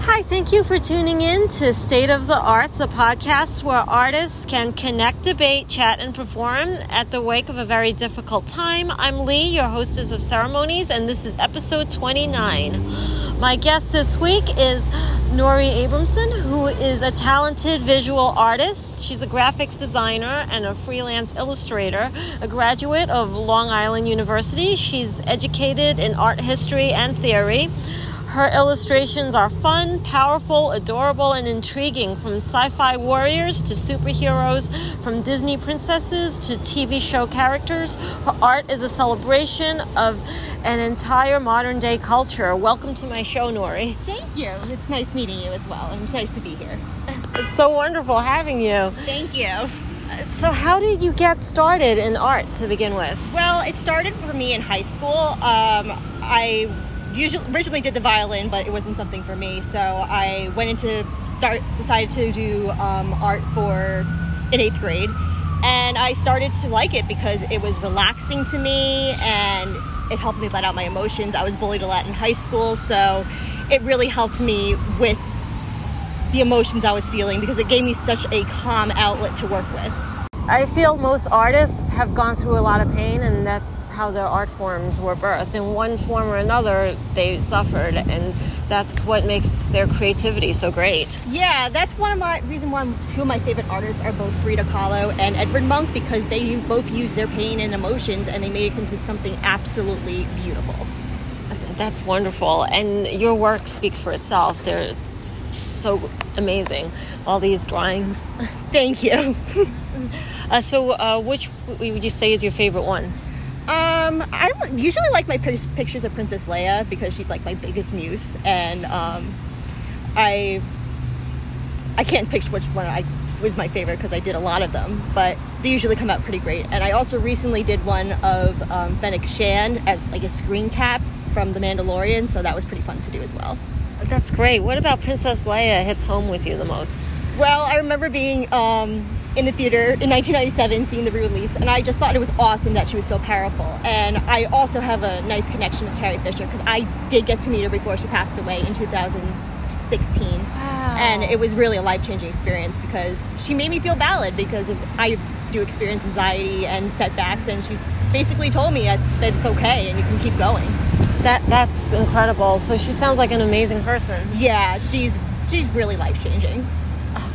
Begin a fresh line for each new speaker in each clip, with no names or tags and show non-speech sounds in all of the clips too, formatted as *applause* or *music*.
Hi, thank you for tuning in to State of the Arts, a podcast where artists can connect, debate, chat, and perform at the wake of a very difficult time. I'm Lee, your hostess of ceremonies, and this is episode 29. My guest this week is Nori Abramson, who is a talented visual artist. She's a graphics designer and a freelance illustrator, a graduate of Long Island University. She's educated in art history and theory. Her illustrations are fun, powerful, adorable, and intriguing from sci fi warriors to superheroes, from Disney princesses to TV show characters. Her art is a celebration of an entire modern day culture. Welcome to my show, Nori.
Thank you. It's nice meeting you as well. It's nice to be here.
It's so wonderful having you.
Thank you.
So, how did you get started in art to begin with?
Well, it started for me in high school. Um, I usually originally did the violin, but it wasn't something for me. So I went into start decided to do um, art for in eighth grade, and I started to like it because it was relaxing to me and it helped me let out my emotions. I was bullied a lot in high school, so it really helped me with the emotions I was feeling because it gave me such a calm outlet to work with.
I feel most artists have gone through a lot of pain, and that's how their art forms were birthed. In one form or another, they suffered, and that's what makes their creativity so great.
Yeah, that's one of my reason why two of my favorite artists are both Frida Kahlo and Edvard Munch because they both use their pain and emotions and they made it into something absolutely beautiful.
That's wonderful, and your work speaks for itself. They're so amazing, all these drawings.
Thank you.
Uh, so, uh, which would you say is your favorite one?
Um, I li- usually like my pic- pictures of Princess Leia because she's like my biggest muse, and um, I I can't picture which one I was my favorite because I did a lot of them, but they usually come out pretty great. And I also recently did one of um, Fennec Shand at like a screen cap from The Mandalorian, so that was pretty fun to do as well.
That's great. What about Princess Leia hits home with you the most?
Well, I remember being um, in the theater in 1997, seeing the re-release, and I just thought it was awesome that she was so powerful. And I also have a nice connection with Carrie Fisher because I did get to meet her before she passed away in 2016,
Wow.
and it was really a life-changing experience because she made me feel valid because of, I do experience anxiety and setbacks, and she's basically told me that that it's okay and you can keep going.
That that's incredible. So she sounds like an amazing person.
Yeah, she's she's really life-changing.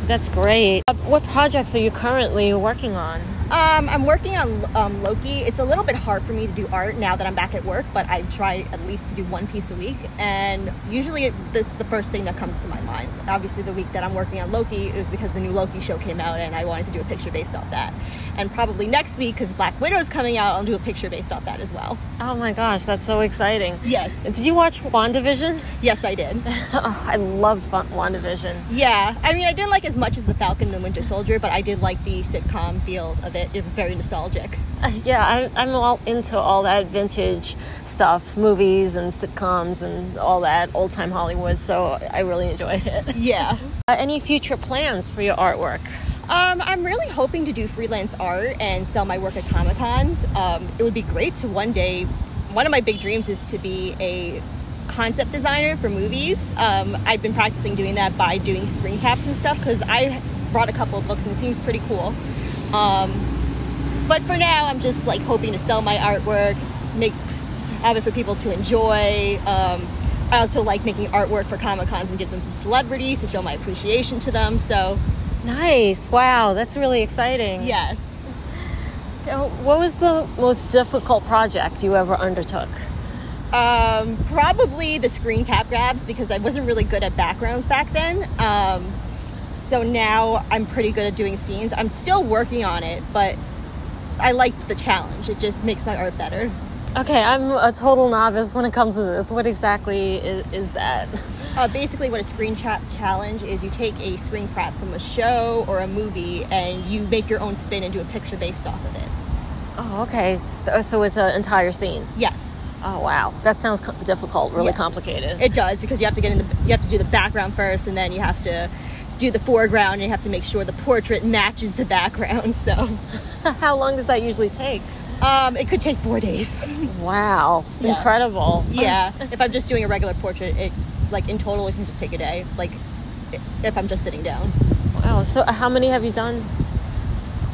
That's great. Uh, what projects are you currently working on?
Um, I'm working on um, Loki. It's a little bit hard for me to do art now that I'm back at work, but I try at least to do one piece a week. And usually, it, this is the first thing that comes to my mind. Obviously, the week that I'm working on Loki, it was because the new Loki show came out, and I wanted to do a picture based off that. And probably next week, because Black Widow is coming out, I'll do a picture based off that as well.
Oh my gosh, that's so exciting. Did
Yes,
you watch WandaVision?
yes, I did.
*laughs* Oh, I loved Wa- WandaVision.
Yeah, I mean, I didn't like as much as the Falcon and the Winter Soldier, but I did like the sitcom feel of it. It was very nostalgic.
Uh, yeah, I, I'm all into all that vintage stuff, movies and sitcoms and all that old time Hollywood. So I really enjoyed *laughs* it.
Yeah.
Uh, any future plans for your artwork?
Um, I'm really hoping to do freelance art and sell my work at Comic Cons. Um, it would be great to one day. One of my big dreams is to be a concept designer for movies. Um, I've been practicing doing that by doing screen caps and stuff because I brought a couple of books and it seems pretty cool. Um, but for now, I'm just like hoping to sell my artwork, make have it for people to enjoy. Um, I also like making artwork for Comic Cons and give them to celebrities to show my appreciation to them. So
Nice. Wow, that's really exciting.
yes.
Uh, What was the most difficult project you ever undertook?
Um, probably the screen cap grabs because I wasn't really good at backgrounds back then. Um, so now I'm pretty good at doing scenes. I'm still working on it, but I like the challenge. It just makes my art better.
Okay, I'm a total novice when it comes to this. What exactly is, is that?
Uh, basically, what a screen cap challenge is you take a screen cap from a show or a movie and you make your own spin and do a picture based off of it.
Oh, okay. So, so it's an entire scene.
Yes.
Oh, wow. That sounds co- difficult, really
Yes.
complicated. *laughs*
It does because you have to get in the you have to do the background first, and then you have to do the foreground, and you have to make sure the portrait matches the background. *laughs* So
How long does that usually take?
um, it could take four days.
*laughs* Wow.
Yeah.
Incredible.
Yeah, if I'm just doing a regular portrait, it like in total, it can just take a day. Like i- if I'm just sitting down,
Wow. So uh, how many have you done?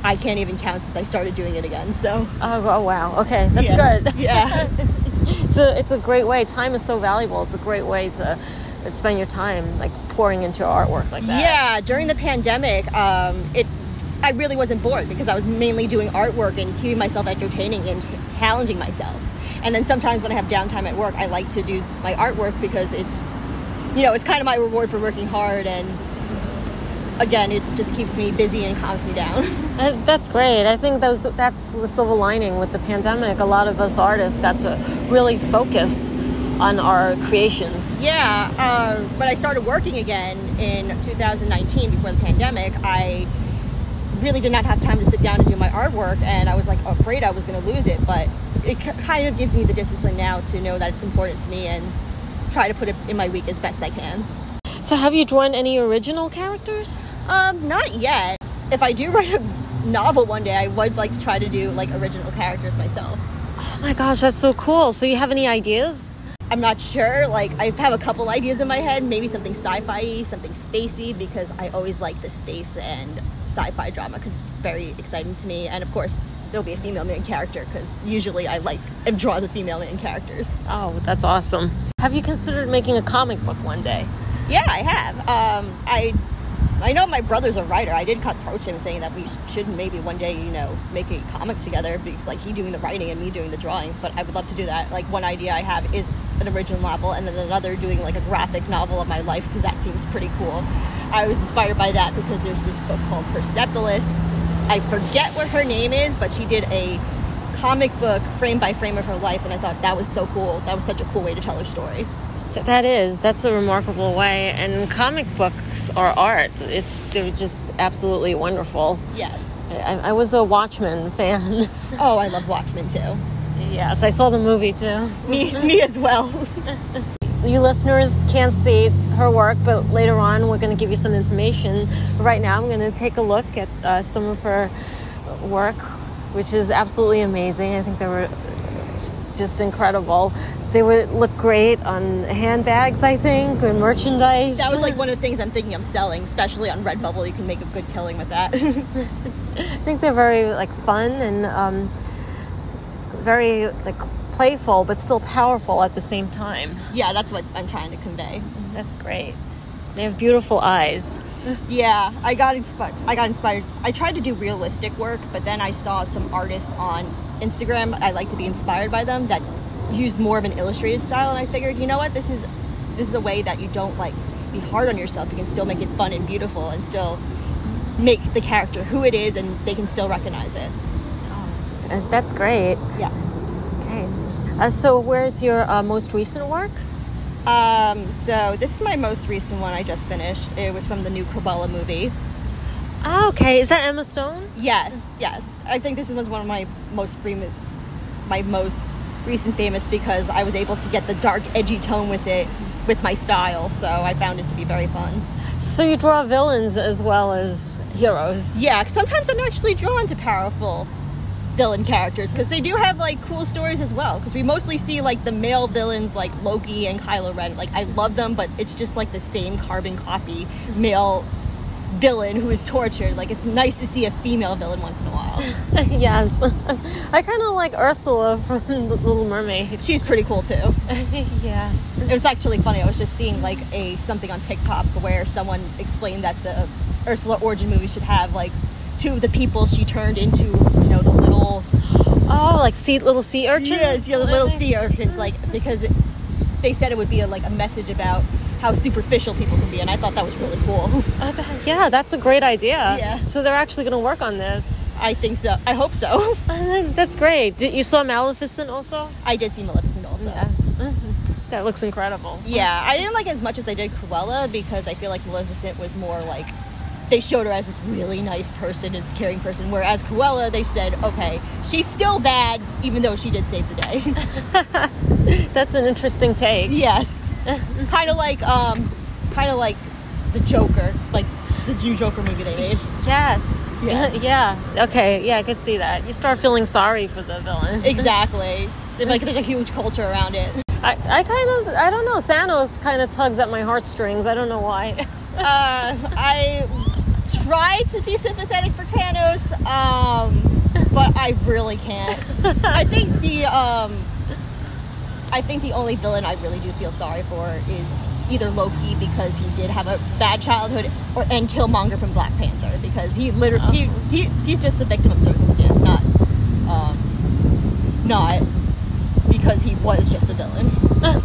I can't even count since I started doing it again. So
Oh, oh wow. Okay, that's
Yeah.
good.
*laughs*
*laughs*
Yeah.
It's a, it's a great way. Time is so valuable. It's a great way to spend your time like pouring into your artwork like that.
Yeah, during the pandemic, um, it I really wasn't bored because I was mainly doing artwork and keeping myself entertaining and t- challenging myself. And then sometimes when I have downtime at work, I like to do s- my artwork because it's you know it's kind of my reward for working hard and again it just keeps me busy and calms me down. *laughs*
Uh, That's great. I think those that's the silver lining with the pandemic. A lot of us artists got to really focus on our creations.
Yeah, uh, when I started working again in 2019 before the pandemic, I really did not have time to sit down and do my artwork, and I was like afraid I was going to lose it. But it k- kind of gives me the discipline now to know that it's important to me and try to put it in my week as best I can.
So, have you drawn any original characters?
Um, not yet. If I do *laughs* write a novel one day, I would like to try to do like original characters myself.
Oh my gosh, that's so cool. So, you have any ideas?
I'm not sure. Like, I have a couple ideas in my head. Maybe something sci-fi, something spacey, because I always like the space and sci-fi drama because it's very exciting to me. And of course, there'll be a female main character because usually I like and draw the female main characters.
Oh, that's awesome. Have you considered making a comic book one day?
Yeah, I have. Um, I I know my brother's a writer. I did approach him saying that we should maybe one day, you know, make a comic together, be- like he doing the writing and me doing the drawing. But I would love to do that. Like one idea I have is an original novel, and then another doing like a graphic novel of my life because that seems pretty cool. I was inspired by that because there's this book called Persepolis. I forget what her name is, but she did a comic book frame by frame of her life, and I thought that was so cool. That was such a cool way to tell her story.
Th- That is, that's a remarkable way. And comic books are art. It's they're just absolutely wonderful.
Yes.
I, I- I was a Watchmen *laughs* fan.
Oh, I love Watchmen too.
yes, I saw the movie too.
Me, me as well. *laughs*
You listeners can't see her work, but later on we're going to give you some information. Right now, I'm going to take a look at uh, some of her work, which is absolutely amazing. I think they were just incredible. They would look great on handbags, I think, and merchandise.
That was like one of the things I'm thinking I'm selling, especially on Redbubble. You can make a good killing with that. *laughs*
I think they're very like fun and um, very like playful, but still powerful at the same time.
yeah, that's what I'm trying to convey.
That's great. They have beautiful eyes.
Yeah, I got inspired. I got inspired. I tried to do realistic work, but then I saw some artists on Instagram. I like to be inspired by them that used more of an illustrated style, and I figured, you know what, this is this is a way that you don't like be hard on yourself. You can still make it fun and beautiful, and still s- make the character who it is, and they can still recognize it.
Uh, That's great.
Yes.
Okay. Uh, so, where's your uh, most recent work?
Um, so this is my most recent one I just finished. It was from the new Cruella movie.
Ah, okay. Is that Emma Stone?
Yes, yes. I think this was one of my most famous, my most recent famous because I was able to get the dark, edgy tone with it, with my style. So I found it to be very fun.
So, you draw villains as well as heroes. *laughs*
Yeah, 'cause sometimes I'm actually drawn to powerful villain characters because they do have like cool stories as well. Because we mostly see like the male villains like Loki and Kylo Ren. Like I love them, but it's just like the same carbon copy male villain who is tortured. Like it's nice to see a female villain once in a while.
yes. *laughs* I kind of like Ursula from *laughs* The Little Mermaid.
She's pretty cool too.
yeah.
It was actually funny. I was just seeing like a something on TikTok where someone explained that the Ursula origin movie should have like two of the people she turned into, you know, the little
Oh, like sea, little sea urchins?
Yes, yeah, the little
I think.
sea urchins, like because it, they said it would be a, like a message about how superficial people can be, and I thought that was really cool. *laughs*
Oh, that- *laughs* yeah, that's a great idea.
Yeah.
So, they're actually going to work on this. *laughs*
I think so. I hope so. *laughs*
that's great. Did, you saw Maleficent also?
I did see Maleficent also.
*laughs* That looks incredible.
Yeah, I didn't like it as much as I did Cruella because I feel like Maleficent was more like they showed her as this really nice person and caring person, whereas Cruella they said, okay, she's still bad even though she did save the day. *laughs*
That's an interesting take.
Yes. kind of like um, kind of like the Joker, like the new Joker movie they made.
Yes.
Yeah.
*laughs* yeah. Okay. Yeah, I could see that. You start feeling sorry for the villain.
Exactly. Like there's a huge culture around it.
I, I kind of, I don't know. Thanos kind of tugs at my heartstrings. I don't know why. *laughs*
Uh, I tried to be sympathetic for Thanos, um, but I really can't. I think the um, I think the only villain I really do feel sorry for is either Loki because he did have a bad childhood, or and Killmonger from Black Panther because he literally he, he, he's just a victim of circumstance, not um, not because he was just a villain.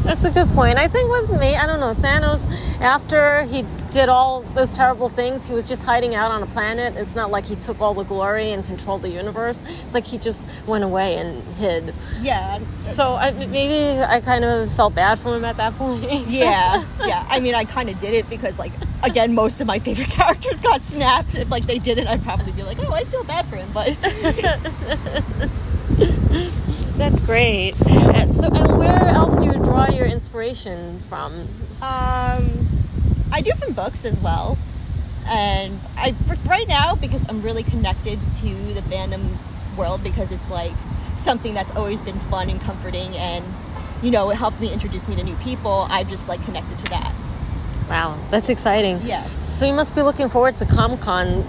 That's a good point. I think with me, I don't know, Thanos, after he did all those terrible things, he was just hiding out on a planet. It's not like he took all the glory and controlled the universe. It's like he just went away and hid.
Yeah,
So I, maybe I kind of felt bad for him at that point.
yeah, yeah. I mean, I kind of did it because, like, again, most of my favorite *laughs* characters got snapped. If like they didn't, I'd probably be like, oh, I feel bad for him. But *laughs*
That's great. And so, and where else do you draw your inspiration from?
um, I do from books as well. And I right now because I'm really connected to the fandom world because it's like something that's always been fun and comforting and you know it helped me introduce me to new people. I've just like connected to that.
Wow, that's exciting.
Yes.
So you must be looking forward to Comic Con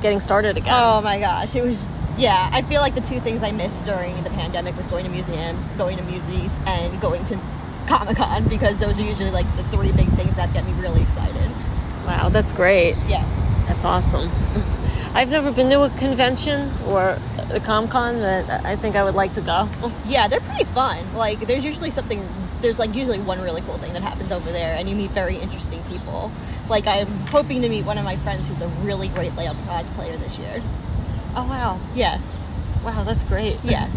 getting started again.
Oh my gosh, it was yeah. I feel like the two things I missed during the pandemic was going to museums, going to museums, and going to Comic Con because those are usually like the three big things that get me really excited.
Wow, that's great.
Yeah,
That's *laughs* awesome. I've never been to a convention or a Comic Con, but I think I would like to go.
yeah, they're pretty fun. Like there's usually something. There's like usually one really cool thing that happens over there, and you meet very interesting people. Like I'm hoping to meet one of my friends who's a really great layout cosplayer this year.
Oh wow,
Yeah,
wow, that's great. *laughs*
yeah.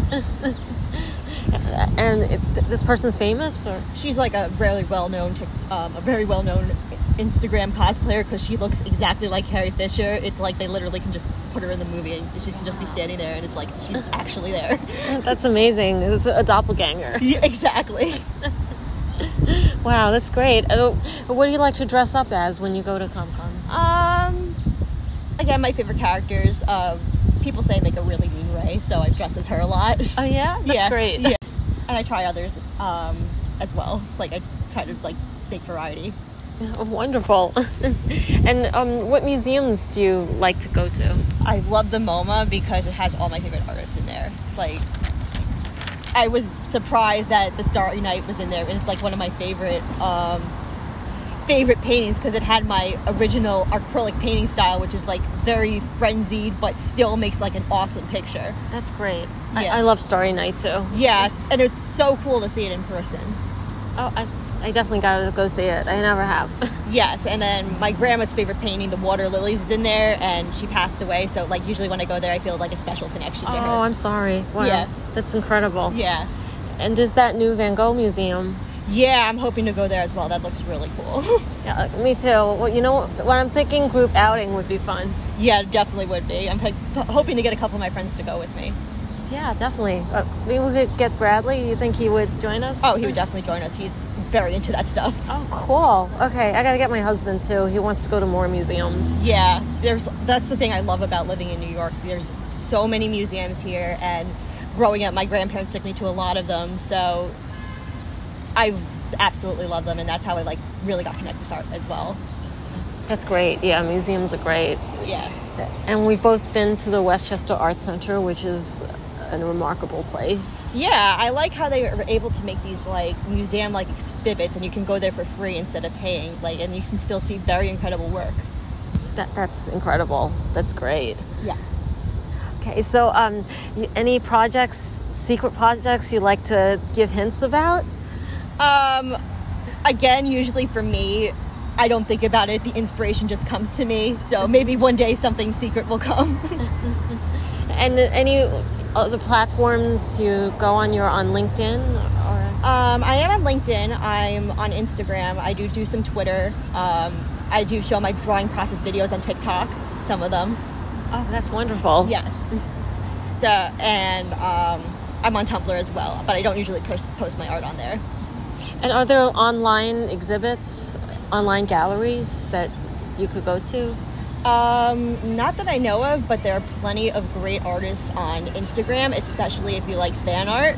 And it, th- this person's famous, or *laughs*
she's like a very well known um, a very well known Instagram cosplayer because she looks exactly like Carrie Fisher. It's like they literally can just put her in the movie and she can just be standing there, and it's like she's actually there. *laughs*
that's amazing. This is a doppelganger.
Yeah, exactly.
*laughs* Wow, that's great. Oh, what do you like to dress up as when you go to Comic Con?
Um, again, my favorite characters. Um, people say I make a really mean way, so I dress as her a lot.
Oh *laughs*
*laughs*
yeah, that's
yeah,
great.
Yeah, and I try others um, as well. Like I try to like make variety.
Wonderful. *laughs* and um, what museums do you like to go to?
I love the MoMA because it has all my favorite artists in there. Like, I was surprised that the Starry Night was in there, and it's like one of my favorite um, favorite paintings because it had my original acrylic painting style, which is like very frenzied but still makes like an awesome picture.
That's great.
Yeah.
I, I love Starry Night too.
Yes, and it's so cool to see it in person.
Oh, I, I definitely gotta go see it. I never have. *laughs*
Yes, and then my grandma's favorite painting, the water lilies, is in there, and she passed away. So like usually when I go there, I feel like a special connection to
oh,
her.
I'm sorry. Wow,
Yeah.
that's incredible.
yeah.
And there's that new Van Gogh museum.
Yeah, I'm hoping to go there as well. That looks really cool. *laughs*
Yeah, uh, me too. Well, you know what I'm thinking? Group outing would be fun.
yeah, it definitely would be. I'm like, p- hoping to get a couple of my friends to go with me.
Yeah, definitely. Uh, maybe we could get Bradley. You think he would join us?
Oh, he would definitely join us. He's very into that stuff.
Oh, cool. Okay, I gotta get my husband too. He wants to go to more museums.
Yeah, there's that's the thing I love about living in New York. There's so many museums here, and growing up, my grandparents took me to a lot of them. So I absolutely love them, and that's how I like really got connected to art as well.
That's great. Yeah, museums are great.
Yeah,
And we've both been to the Westchester Art Center, which is a remarkable place.
yeah, I like how they are able to make these like museum like exhibits, and you can go there for free instead of paying. Like, and you can still see very incredible work.
That, that's incredible. That's great.
Yes.
Okay, so um, y- any projects, secret projects you like to give hints about?
Um, again, usually for me, I don't think about it. The inspiration just comes to me. So maybe one day something secret will come. *laughs*
And any other platforms you go on? You're on LinkedIn or
um, I am on LinkedIn. I'm on Instagram. I do do some Twitter. Um, I do show my drawing process videos on TikTok. Some of them,
oh, that's wonderful.
yes. So and um, I'm on Tumblr as well, but I don't usually post, post my art on there.
And are there online exhibits, online galleries that you could go to?
Um, not that I know of, but there are plenty of great artists on Instagram, especially if you like fan art.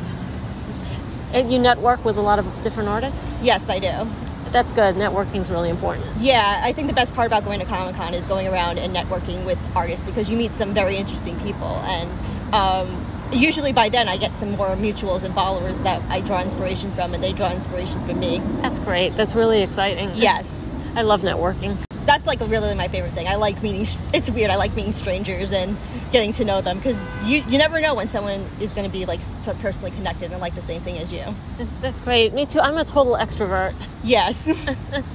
And you network with a lot of different artists.
Yes, I do.
That's good. Networking's really important.
Yeah, I think the best part about going to Comic Con is going around and networking with artists because you meet some very interesting people, and um, usually by then I get some more mutuals and followers that I draw inspiration from, and they draw inspiration from me.
That's great. That's really exciting.
Yes,
*laughs* I love networking.
that's like really my favorite thing. I like meeting. str- It's weird. I like meeting strangers and getting to know them because you you never know when someone is going to be like so personally connected and like the same thing as you.
That's- That's great. Me too. I'm a total extrovert.
Yes. *laughs*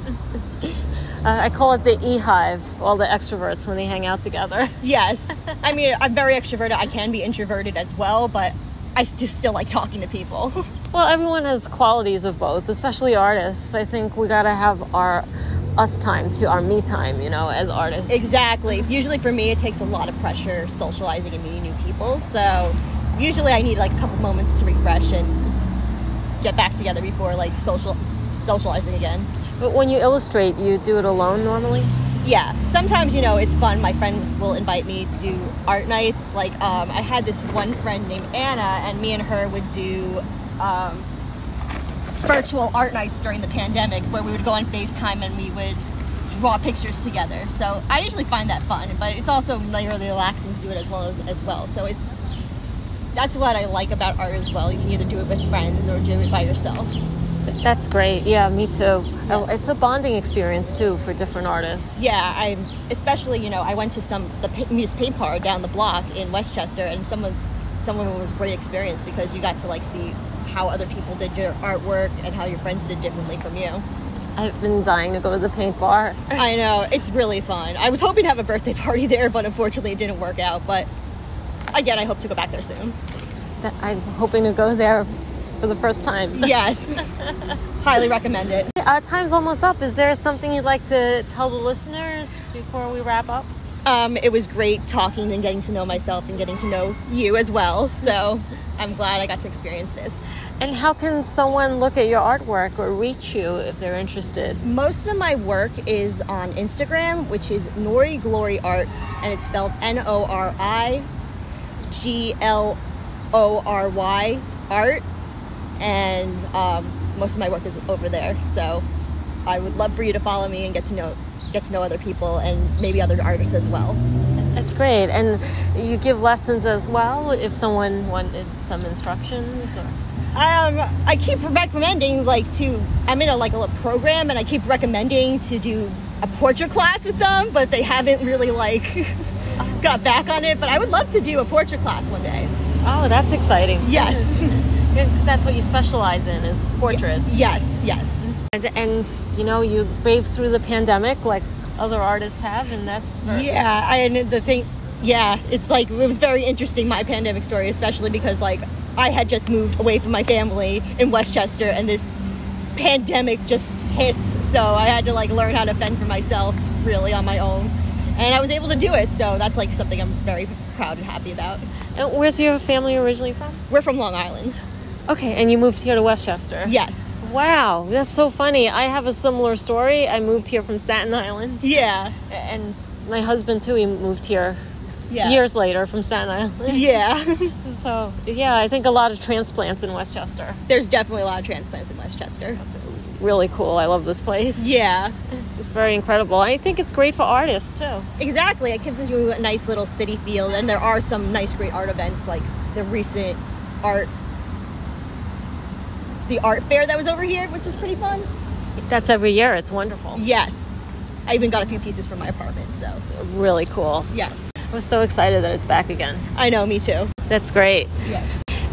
Uh, I call it the e hive, all the extroverts when they hang out together. *laughs*
Yes. I mean, I'm very extroverted. I can be introverted as well, but I just still like talking to people. *laughs*
Well, everyone has qualities of both, especially artists. I think we gotta have our us time to our me time, you know, as artists.
exactly. Usually for me, it takes a lot of pressure socializing and meeting new people. So usually I need like a couple moments to refresh and get back together before like social socializing again.
But when you illustrate, you do it alone normally.
Yeah. Sometimes, you know, it's fun. My friends will invite me to do art nights. Like, um, I had this one friend named Anna, and me and her would do um, virtual art nights during the pandemic where we would go on FaceTime and we would draw pictures together. So I usually find that fun, but it's also like, really relaxing to do it as well as, as well. So it's that's what I like about art as well. You can either do it with friends or do it by yourself.
That's great. Yeah, me too. Oh, It's a bonding experience too for different artists.
Yeah, I'm especially you know I went to some the pa- Muse Paint Bar down the block in Westchester, and someone someone was a great experience because you got to like see how other people did your artwork and how your friends did it differently from you.
I've been dying to go to the paint bar.
I know it's really fun. I was hoping to have a birthday party *laughs* there, but unfortunately it didn't work out. But again, I hope to go back there soon.
Th- I'm hoping to go there for the first time.
Yes, highly recommend it.
Uh, time's almost up. Is there something you'd like to tell the listeners before we wrap up?
Um, it was great talking and getting to know myself and getting to know you as well. So I'm glad I got to experience this.
And how can someone look at your artwork or reach you if they're interested?
Most of my work is on Instagram, which is Nori Glory Art, and it's spelled N O R I G L O R Y Art. And um, most of my work is over there, so I would love for you to follow me and get to know get to know other people and maybe other artists as well.
That's great. And you give lessons as well if someone wanted some instructions. Or...
um, I keep recommending like to I'm in a like a little program and I keep recommending to do a portrait class with them, but they haven't really like *laughs* got back on it. But I would love to do a portrait class one day.
Oh, that's exciting.
Yes,
Yeah, 'cause that's what you specialize in is portraits.
yes, yes.
And, and you know, you brave through the pandemic like other artists have, and that's for,
Yeah, I and the thing. Yeah, it's like it was very interesting my pandemic story, especially because like I had just moved away from my family in Westchester, and this pandemic just hits. So I had to like learn how to fend for myself really on my own, and I was able to do it. So that's like something I'm very proud and happy about.
And where's your family originally from?
We're from Long Island.
Okay, and you moved here to Westchester.
Yes.
Wow, that's so funny. I have a similar story. I moved here from Staten Island,
Yeah.
and my husband too. He moved here
Yeah.
years later from Staten Island. *laughs*
Yeah. *laughs*
So yeah, I think a lot of transplants in Westchester.
There's definitely a lot of transplants in Westchester.
Really cool. I love this place.
Yeah.
It's very incredible. I think it's great for artists too.
Exactly. It gives you a nice little city feel, and there are some nice, great art events like the recent art, the art fair that was over here, which was pretty fun.
That's every year. It's wonderful.
Yes, I even got a few pieces from my apartment. So
Really cool.
yes,
I was so excited that it's back again.
I know. Me too.
That's great.
Yeah.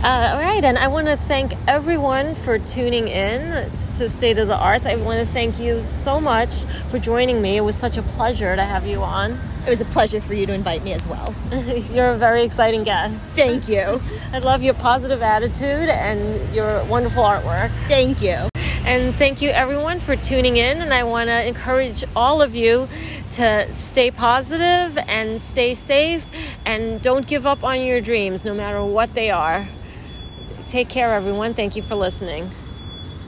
Uh, all right, and I want to thank everyone for tuning in to State of the Arts. I want to thank you so much for joining me. It was such a pleasure to have you on. *laughs*
It was a pleasure for you to invite me as well.
You're a very exciting guest.
Thank you.
I love your positive attitude and your wonderful artwork.
Thank you.
And thank you everyone for tuning in. And I want to encourage all of you to stay positive and stay safe and don't give up on your dreams, no matter what they are. Take care, everyone. Thank you for listening.